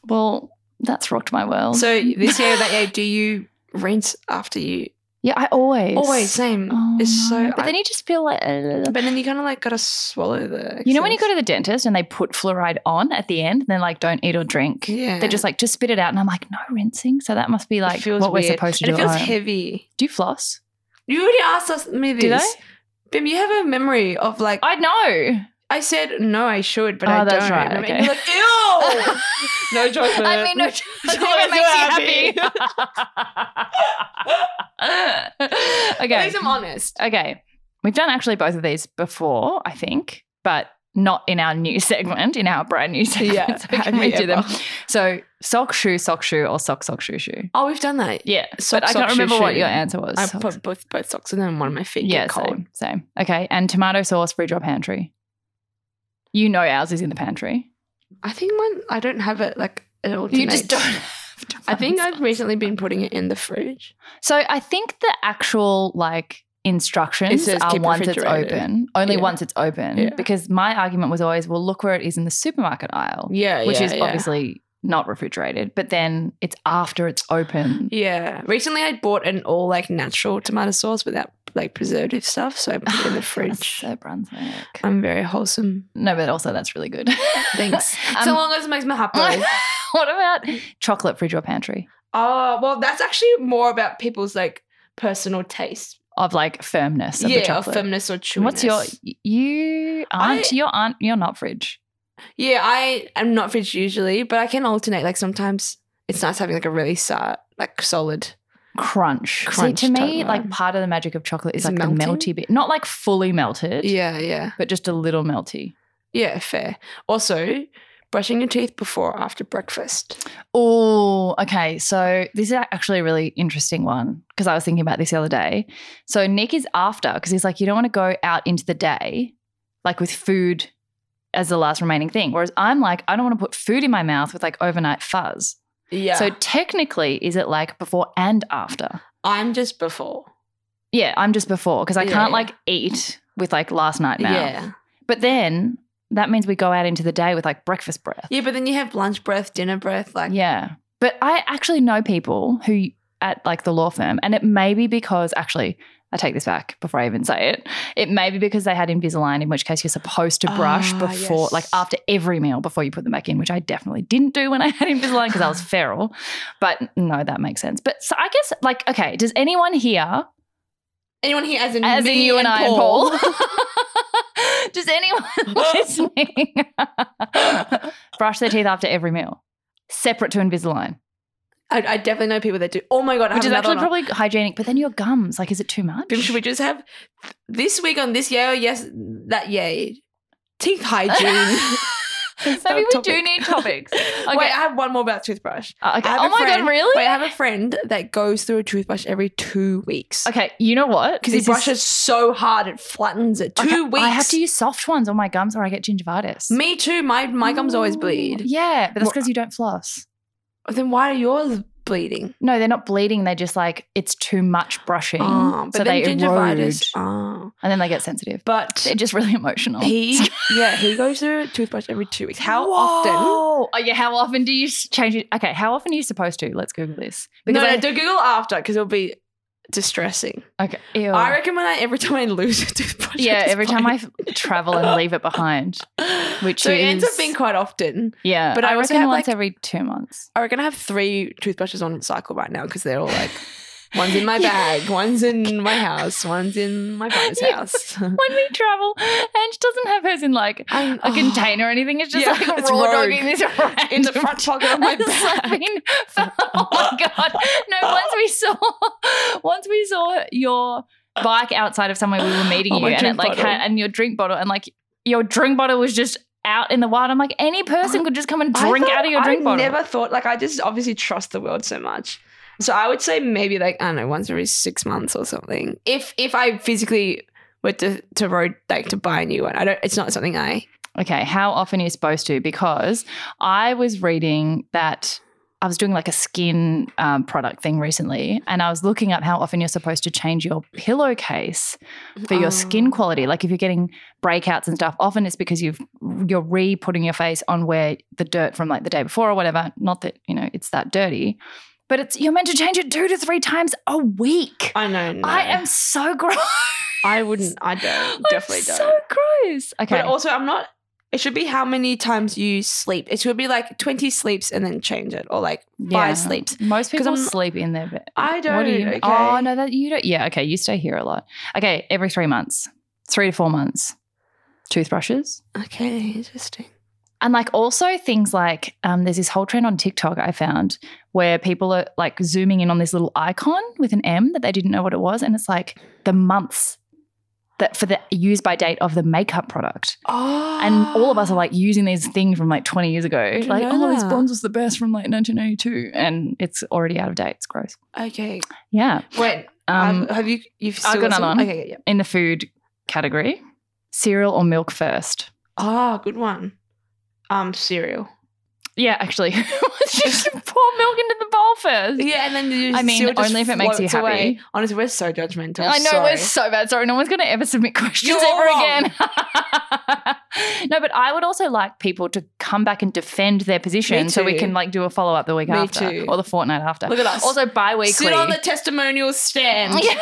Well, that's rocked my world.
So this year, that year, do you rinse after you?
yeah, I always
Always same.
Oh,
it's so.
no. But then you just feel like.
I- but then you kind of like gotta swallow the.
You know when you go
excess.
to the dentist and they put fluoride on at the end, and they're like, "Don't eat or drink."
yeah,
They're just like, "Just spit it out," and I'm like, "No rinsing." So that must be like what we're supposed to
and
do. at
It feels
home.
heavy.
Do you floss?
You already asked us me this.
Did I?
Bim, you have a memory of like I,
I know.
said no, I should, but
Oh,
I
that's
don't.
right,
And
okay.
You're like, ew. no judgment.
I mean, no, it makes you happy.
At
okay.
least I'm honest.
Okay. We've done actually both of these before, I think, but not in our new segment, in our brand new segment.
Yeah,
So we can
have you
redo them.
ever?
So sock, shoe, sock, shoe, or sock, sock, shoe, shoe.
Oh, we've done that.
Yeah.
Sock,
but I
sock,
can't
shoe,
remember what
shoe.
your answer was.
I
Sock,
put both both socks and then one of my feet
yeah,
get cold.
same, same. Okay. And tomato sauce, free drop pantry. You know ours is in the pantry.
I think when I don't have it like it alternates.
You just don't have tomato
I think
sauce.
I've recently been putting it in the fridge.
So I think the actual like instructions
says
are
keep
once it's
refrigerated.
open, only
Yeah.
once it's open,
Yeah.
because my argument was always, well, look where it is in the supermarket aisle,
Yeah,
which
yeah,
is
yeah.
obviously not refrigerated, but then it's after it's open.
Yeah. Recently, I bought an all like natural tomato sauce without like preservative stuff, so I put it in the
That's
fridge. Um,
so Brunswick.
I'm very wholesome.
No, but also that's really good.
Thanks.
Um,
so long as it makes me happy.
what about chocolate fridge or pantry
oh well, that's actually more about people's like personal taste.
of like firmness of the
yeah, or
chocolate?
firmness or chewiness.
What's your you aren't
I-
your aunt you're not fridge.
Yeah, I am not fridge usually, but I can alternate. Like sometimes it's nice having like a really sad, like solid.
crunch.
Crunch
See, to me,
total.
like part of the magic of chocolate is like
It's
the
melting?
melty bit, not like fully melted,
Yeah, yeah,
but just a little melty.
yeah. Fair. Also, brushing your teeth before or after breakfast.
Oh, okay. So this is actually a really interesting one because I was thinking about this the other day. So Nick is after because he's like, you don't want to go out into the day, like with food as the last remaining thing. Whereas I'm like, I don't want to put food in my mouth with like overnight fuzz.
Yeah.
So
So
technically, is it like before and after?
I'm just before.
Yeah, I'm just before because I
Yeah,
can't
yeah.
like eat with like last night mouth.
Yeah.
But then that means we go out into the day with like breakfast breath.
Yeah, but then you have lunch breath, dinner breath, like
Yeah. But I actually know people who at like the law firm, and it may be because actually, I take this back before I even say it. It may be because they had Invisalign, in which case you're supposed to brush
Ah,
before,
yes.
like after every meal before you put them back in, which I definitely didn't do when I had Invisalign because I was feral. But no, that makes sense. But so I guess, like, okay, does anyone here
Anyone here as in
as
me
in you and, I and
Paul?
Paul. Does anyone listening brush their teeth after every meal, separate to Invisalign,
I, I definitely know people that do. Oh my god, I
which
have
is
another
actually
one.
probably hygienic? But then your gums, like, is it too much?
Bim, should we just have this week on this yay or yes that yay? Teeth hygiene.
Maybe we do
Topic.
need topics. Okay.
Wait, I have one more about toothbrush.
Uh, okay.
I have
Oh
a
my
friend-
god, really?
Wait, I have a friend that goes through a toothbrush every two weeks.
okay, you know what?
Because he
This is-
brushes so hard it flattens it. Two
Okay,
weeks.
I have to use soft ones on my gums, or I get gingivitis.
Me too. My my gums always
Ooh.
bleed.
Yeah, but that's
Well,
because you don't floss.
Then why are yours bleeding?
No, they're not bleeding. They're just like it's too much brushing,
Ah, but
Mm, so
then
they erode,
gingivitis. Ah.
and then they get sensitive.
But
They're just really emotional.
he yeah, he goes through a toothbrush every two weeks. How often?
Oh, yeah. How often do you s- change it? Okay, how often are you supposed to? Let's Google this.
Because no,
I
no, do Google after because it'll be distressing.
okay, ew.
I reckon when I every time I lose a toothbrush,
Oh. yeah, every time I f- travel and leave it behind.
I,
which
so it ends up
is-
being quite often.
Yeah,
But
I,
I also
reckon
have,
once
like-
every two months.
I reckon I have three toothbrushes on cycle right now because they're all like one's in my
Yeah.
bag, one's in my house, one's in my partner's
Yeah.
house.
When we travel, and she doesn't have hers in like
I'm-
a
oh.
container or anything. It's just
Yeah,
like
it's
raw
rogue.
dogging this around
in the front pocket of my bag.
oh my god! No, once we saw, once we saw your bike outside of somewhere we were meeting
Oh,
you,
my
and it
drink
like
bottle.
had, and your drink bottle, and like your drink bottle was just out in the wild. I'm like, any person could just come and
I
drink
thought-
out of your drink
I
bottle.
never thought like I just obviously trust the world so much. So I would say maybe like I don't know once every six months or something. If if I physically were to to road like to buy a new one, I don't. It's not something I.
Okay, how often are you supposed to? Because I was reading that I was doing like a skin um, product thing recently, and I was looking up how often you're supposed to change your pillowcase for your
Oh.
skin quality. Like if you're getting breakouts and stuff, often it's because you've you're re putting your face on where the dirt from like the day before or whatever. Not that you know it's that dirty, but it's you're meant to change it two to three times a week.
I know. No.
I am so gross.
I wouldn't. I don't. Definitely
I'm
don't.
So gross. Okay.
But also, I'm not. It should be how many times you sleep. It should be like 20 sleeps and then change it, or like
Yeah.
five sleeps.
Most
'Cause
people
I'm-
sleep in their bed.
I don't.
What do you?
okay.
Oh no, that you don't. Yeah, okay. You stay here a lot. Okay, every three months, three to four months, toothbrushes,
Okay, interesting.
and like also things like um, there's this whole trend on TikTok I found where people are like zooming in on this little icon with an M that they didn't know what it was, and it's like the months that for the use by date of the makeup product.
Oh,
And all of us are like using these things from like 20 years ago.
didn't
Like,
know
oh, this
that.
bronze was the best from like 1982. And it's already out of date. It's gross.
Okay,
Yeah.
wait.
Um,
I've- have you? You've still
I've got
got
another
some-
one.
Okay, yeah.
in the food category, cereal or milk first?
Ah, good one. Um, cereal.
Yeah, actually, Let's just pour milk into the bowl first.
Yeah, and then you
I mean,
cereal just
only if it makes you
floats away.
happy.
Honestly, we're so judgmental.
I know
Oh, Sorry.
we're so bad. Sorry, no one's going to ever submit questions
You're
ever
wrong.
again. no, but I would also like people to come back and defend their position, so we
too.
can like do a follow up the week
Me
after
too.
or the fortnight after.
Look at us.
Also, bi-weekly.
Sit on the testimonial stand.
Yeah.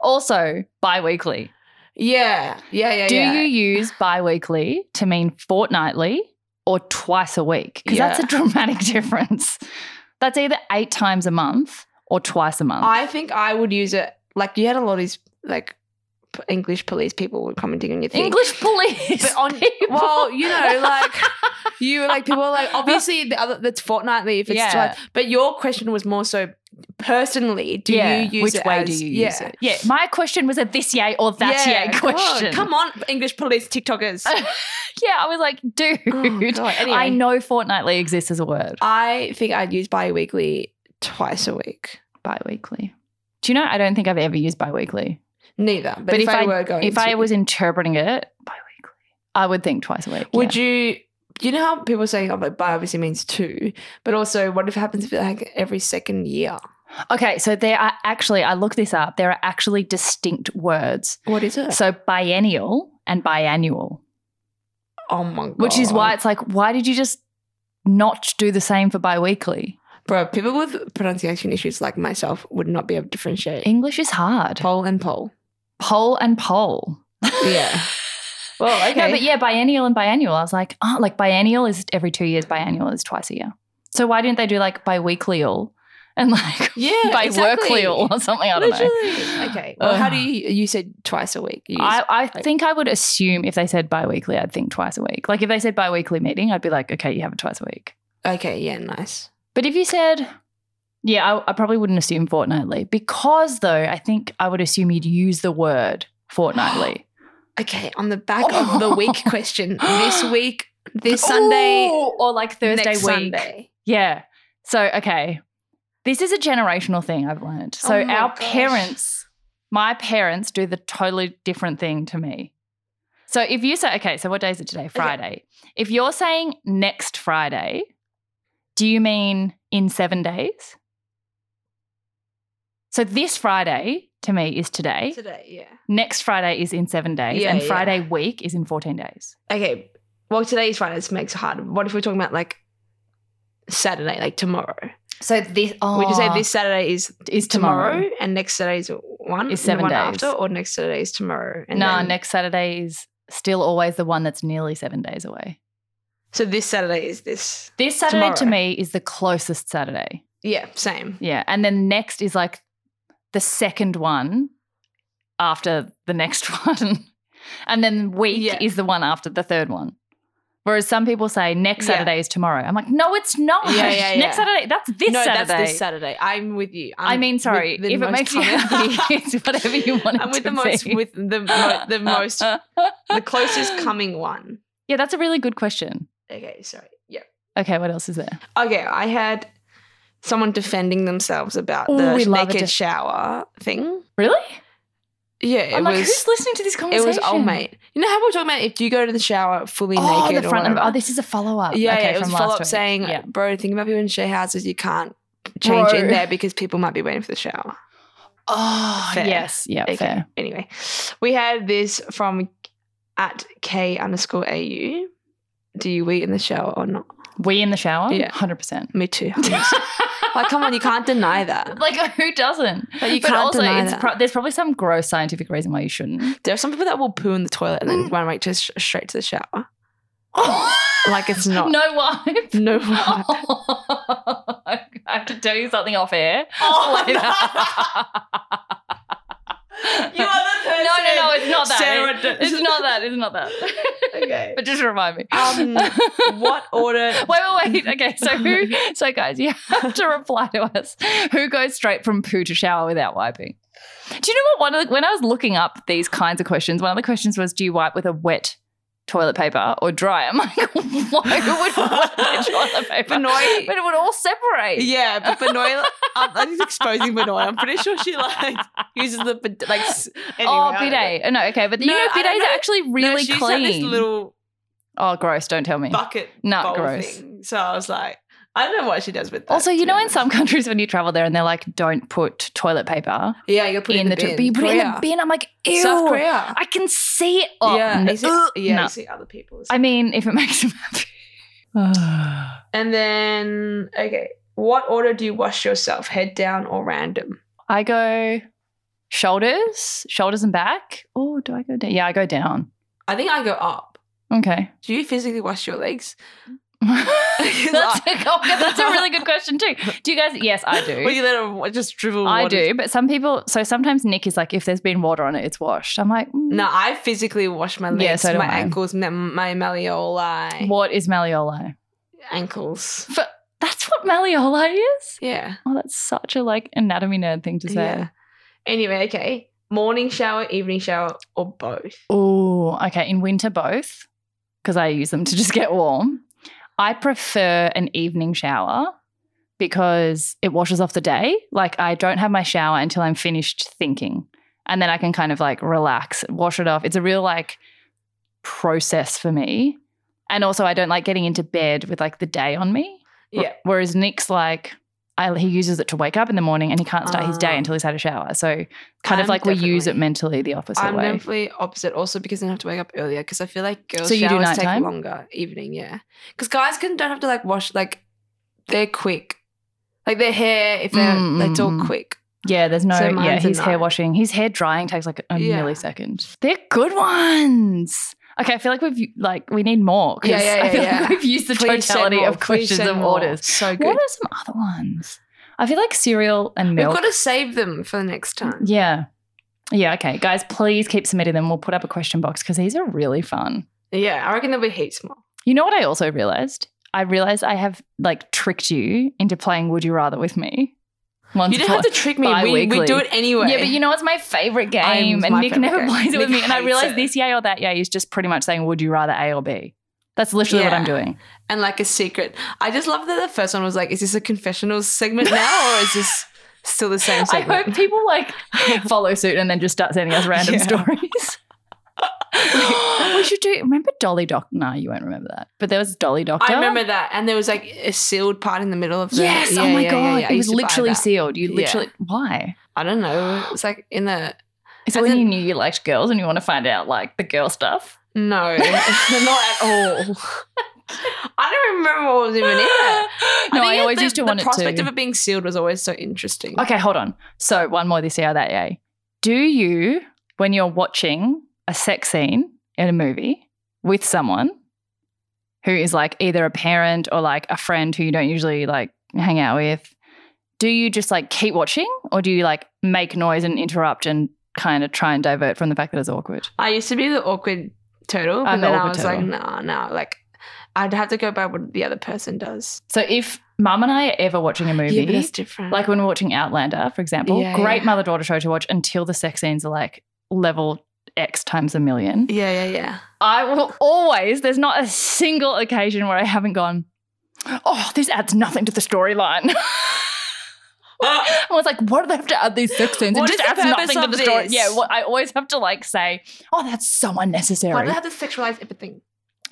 also, bi-weekly.
yeah, yeah, yeah.
Do
yeah.
you use bi weekly to mean fortnightly or twice a week? Because that's a
Yeah.
dramatic difference. That's either eight times a month or twice a month.
I think I would use it. Like you had a lot of these like p- English police people were commenting on your thing.
English police.
But on-
people.
Well, you know, like you were like people are like obviously the other that's fortnightly if it's
Yeah.
twice. But your question was more so personally. Do
Yeah,
you use
which
it
way
as-
do you
yeah.
use it? Oh, Yeah, my question was a this yay or that
yeah,
yay
come on,
question.
Come on, English police TikTokers.
Yeah, I was like, dude,
Oh, God. Anyway.
I know fortnightly exists as a word.
I think I'd use bi-weekly twice a week.
Bi weekly. Do you know? I don't think I've ever used bi weekly.
Neither. But,
But
if,
if
I,
I-
were going
If I
to-
was interpreting it, bi weekly. I would think twice a week.
Would you? You know how people are saying, "Oh, but bi obviously means two, but also, what if it happens if like every second year?
you? Okay, so there are actually, I looked this up, there are actually distinct words.
What is it?
So biennial and biannual,
oh my god!
which is why it's like, why did you just not do the same for bi weekly?
bro, people with pronunciation issues like myself would not be able to differentiate
English is hard.
pole and pole.
Poll and poll.
Yeah. well,
No, but yeah, biennial and biannual. I was like, oh, like biennial is every two years, biannual is twice a year. So why didn't they do like biweeklial and like
yeah, exactly.
biworklial or something? I don't know.
Literally. Okay. Well, how do you? You said twice a week. You
I,
used-
I think I would assume if they said bi-weekly, I'd think twice a week. Like if they said bi-weekly meeting, I'd be like, okay, you have it twice a week.
okay. Yeah. Nice.
But if you said, yeah, I, I probably wouldn't assume fortnightly because though I think I would assume you'd use the word fortnightly.
Okay. On the back of the week question, this week, this Sunday,
Ooh, or like Oh! Thursday
next
week.
Sunday.
Yeah. So okay, this is a generational thing I've learned. So
Oh my
our
gosh.
parents, my parents, do the totally different thing to me. So if you say okay, so what day is it today? Friday. If you're saying next Friday, do you mean in seven days? So this Friday to me is today.
Today. Yeah.
Next Friday is in seven days,
Yeah,
and
yeah.
Friday week is in fourteen days.
Okay. Well, today is Friday. This makes it hard. What if we're talking about like Saturday, like tomorrow?
So this oh,
Would you say this Saturday is
is
tomorrow,
tomorrow?
and next Saturday is
Is
one? and the
seven
one
days.
after, or next Saturday is tomorrow? and
no,
then-
next Saturday is still always the one that's nearly seven days away.
So this Saturday is this.
This Saturday to
Tomorrow.
me is the closest Saturday.
Yeah, same.
Yeah. And then next is like the second one after the next one. and then week
Yeah.
is the one after the third one. Whereas some people say next
Yeah.
Saturday is tomorrow. I'm like, no, it's not.
Yeah, yeah, yeah.
Next Saturday, that's this
no,
Saturday.
that's this Saturday. I'm with you. I'm
I mean,
with
sorry,
the
if it
most
makes you
common-
happy, it's whatever you want it
I'm with
to
the most
be.
with the mo- the most the closest coming one.
Yeah, that's a really good question.
Okay, sorry. Yeah.
Okay, what else is there?
Okay, I had someone defending themselves about
Ooh,
the
we love a
naked
def-
shower thing.
Really?
Yeah, it
I'm like,
was
who's listening to this
it
conversation?
was old mate. You know how we we're talking about if you go to the shower fully
Oh,
naked
the front
or
of,
whatever.
oh, this is a follow up.
yeah,
okay,
yeah, it
from
was
last
follow up
week.
saying,
yeah.
bro, think about people in share houses. You can't change
Bro.
in there because people might be waiting for the shower.
oh,
fair.
yes, yeah,
Okay.
fair.
Anyway, we had this from at K underscore AU. Do you wait in the shower or not?
We in the shower,
Yeah.
hundred percent.
Me too. like, come on, you can't deny that.
Like who doesn't?
But you can't
also,
deny
it's
that.
Pro- there's probably some gross scientific reason why you shouldn't.
There are some people that will poo in the toilet and
Mm.
then run right to sh- straight to the shower. Like it's not.
no wipe.
No.
Oh, I have to tell you something off air.
Oh,
Later.
the
no, no, no, it's not that.
Sarah
It-
does.
it's not that. It's not that.
Okay.
but just remind me.
Um, what order?
Wait, wait, wait. Okay, so who? So guys, you have to reply to us. Who goes straight from poo to shower without wiping? Do you know what? One of the, when I was looking up these kinds of questions, one of the questions was, "Do you wipe with a wet toilet paper or dry?" I'm like, why would you wipe with toilet paper?
Benoit-
but it would all separate.
Yeah, but Benoit, um, I'm, I'm just exposing Benoit. I'm pretty sure she like uses the bid- like. s- Anyway,
oh,
I don't know.
bidet. No, okay, but you
No,
know,
I don't
bidets
know.
are actually
No,
really
she just had
clean.
this little
oh, gross! Don't tell me.
bucket
Not
bowl
gross.
thing. So I was like, I don't know what she does with that.
Also, you
to be
know, in
honest.
some countries when you travel there and they're like, "Don't put toilet paper."
yeah, you put it
in, the, bin.
bin.
But you put it in the
Korea.
bin. I'm like, ew.
South Korea.
I can see it. Oh,
yeah,
no.
you see,
Ugh,
yeah,
no.
you see other people's.
I mean, if it makes them happy.
and then okay, what order do you wash yourself? Head down or random?
I go shoulders, shoulders and back. Oh, do I go down? Yeah, I go down.
I think I go up.
Okay.
Do you physically wash your legs?
that's, oh, yeah, that's a really good question too. Do you guys? Yes, I
Or
do.
you let it wa- just dribble?
I
water?
do, but some people. So sometimes Nick is like, if there's been water on it, it's washed. I'm like, mm,
No, I physically wash my legs,
Yeah, so do
my
I.
ankles, my, my malleoli,
What is malleoli?
ankles.
For, that's what malleoli is.
Yeah.
Oh, that's such a like anatomy nerd thing to say.
Yeah. Anyway, okay. Morning shower, evening shower, or both.
Oh, okay. In winter, both, because I use them to just get warm. I prefer an evening shower because it washes off the day. Like, I don't have my shower until I'm finished thinking. And then I can kind of like relax, wash it off. It's a real like process for me. And also, I don't like getting into bed with like the day on me.
Yeah.
Whereas Nick's like, I, he uses it to wake up in the morning and he can't start his day
Ah.
until he's had a shower. So, kind
I'm
of like we use it
definitely-
mentally the opposite
I'm
way.
definitely opposite also because then I have to wake up earlier because I feel like girls
So you do
showers take
nighttime?
longer evening, yeah. Because guys can don't have to like wash like they're quick, like their hair if they're
Mm,
it's all
mm, mm.
quick.
yeah, there's no,
So
yeah,
mine's a
his hair
nine.
washing, his hair drying takes like a
Yeah.
millisecond. They're good ones. Okay, I feel like we've like we need more. 'cause
Yeah, yeah,
I
yeah,
feel
yeah.
like we've used the
Please send
totality
more,
of
please
questions
send
and
more.
orders.
So
What
good.
are some other ones? I feel like cereal and
We've
milk.
got to save them for the next time.
yeah. Yeah, okay. Guys, please keep submitting them. We'll put up a question box because these are really fun.
Yeah, I reckon there'll be heaps more.
You know what I also realized? I realized I have like tricked you into playing Would You Rather with me. Once
You didn't have to trick me. We, we
Bi-weekly.
do it anyway.
Yeah, but you know it's my favorite game,
I'm-
and
my
Nick
favourite
never
game.
plays it with
Nick
me. And I
hates
realized
it.
this yay or that yay is just pretty much saying Would you rather A or B? That's literally what I'm
Yeah.
doing.
and like a secret. I just love that the first one was like, is this a confessional segment now or is this still the same
I
segment?
hope people like follow suit and then just start sending us random
Yeah.
stories. we should do. Remember Dolly Doc? Nah, you won't remember that. But there was Dolly Doctor.
I remember that. And there was like a sealed part in the middle of the
Yes. oh
Yeah,
my
yeah, yeah,
god!
yeah. I
It
used
was
to buy
literally
that.
sealed. You
Yeah.
literally why?
I don't know. It was like in the
Is that
As
when you
in-
knew you liked girls and you want to find out like the girl stuff?
no, not at all. I don't remember what was even in it.
No, I,
think
always
the,
used to
the
want
prospect
it
of
to.
it being sealed was always so interesting.
okay, hold on. So one more this year that yay. Do you, when you're watching a sex scene in a movie with someone who is like either a parent or like a friend who you don't usually like hang out with, do you just like keep watching or do you like make noise and interrupt and kind of try and divert from the fact that it's awkward?
I used to be the awkward turtle, but
I'm the
then I
awkward
was like,
turtle.
nah, nah. Like, I'd have to go by what the other person does.
So if mum and I are ever watching a movie,
Yeah, but that's different.
like when we're watching Outlander, for example,
Yeah,
great
yeah.
mother daughter show to watch until the sex scenes are like level X times a million.
yeah, yeah, yeah.
I will always, there's not a single occasion where I haven't gone, oh, this adds nothing to the storyline. I was like, what do they have to add these sex scenes?
What
it
is
just
the
adds
purpose
nothing to
of
the story.
this?
Yeah, well, I always have to like say, oh, that's so
Why do
unnecessary.
they have to sexualize everything?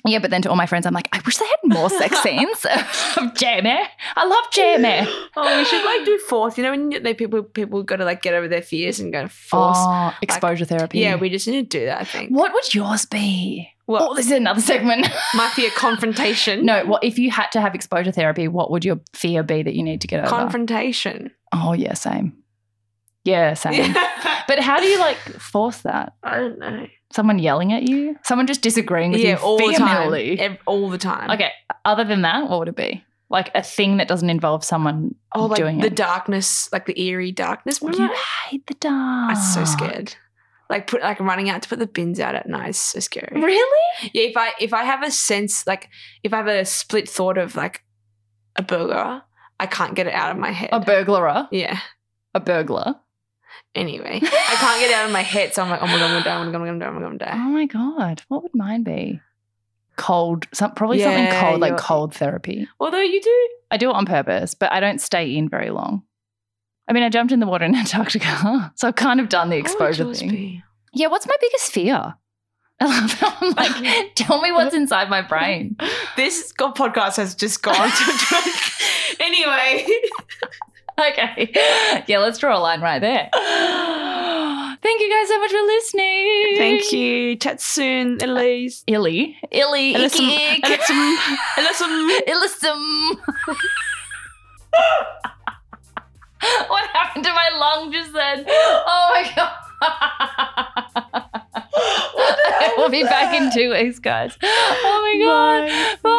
yeah, but then to all my friends, I'm like, I wish they had more sex scenes of Jamie. I love Jamie.
Oh, we should like do force. You know, when they people people got to like get over their fears and go to force.
Oh, exposure therapy.
yeah, we just need to do that. I think.
What would yours be?
Well, Hmm?
oh, this is another segment.
might be a confrontation.
no, well, if you had to have exposure therapy, what would your fear be that you need to get over?
confrontation.
oh, yeah, same. Yeah, same.
Yeah.
But how do you like force that?
I don't know.
Someone yelling at you? Someone just disagreeing with
Yeah,
you
all the time.
vehemently?
Ev- all the time.
Okay, other than that, what would it be? Like a thing that doesn't involve someone
Oh, like
doing
the
it.
darkness, like the eerie darkness.
Well,
Remember
you
that?
hate the dark.
I'm so scared. Like put like running out to put the bins out at night is so scary.
Really?
Yeah, if I if I have a sense like if I have a split thought of like a burger, I can't get it out of my head.
A burglarer?
yeah.
A burglar?
Anyway, I can't get it out of my head, so I'm like, oh my god, I'm gonna die, I'm gonna die, I'm gonna die,
Oh
I'm gonna die.
my god, what would mine be? Cold, some probably something
Yeah,
cold like
you're-
cold therapy.
Although you do,
I do it on purpose, but I don't stay in very long. I mean, I jumped in the water in Antarctica, so I've kind of done the
What would
exposure
yours
thing.
Oh, be?
Yeah, what's my biggest fear? I love how I'm like, tell me what's inside my brain.
This go- podcast has just gone to anyway.
Okay, yeah, let's draw a line right there. Thank you guys so much for listening.
Thank you. Chat soon, Elise.
Illy, Illy,
Illicum.
Icky, Ick.
Ellisum. Ellisum.
Illicum. what happened to my lung just then? Oh my god. we'll be back in two weeks, guys. Oh my god. Bye.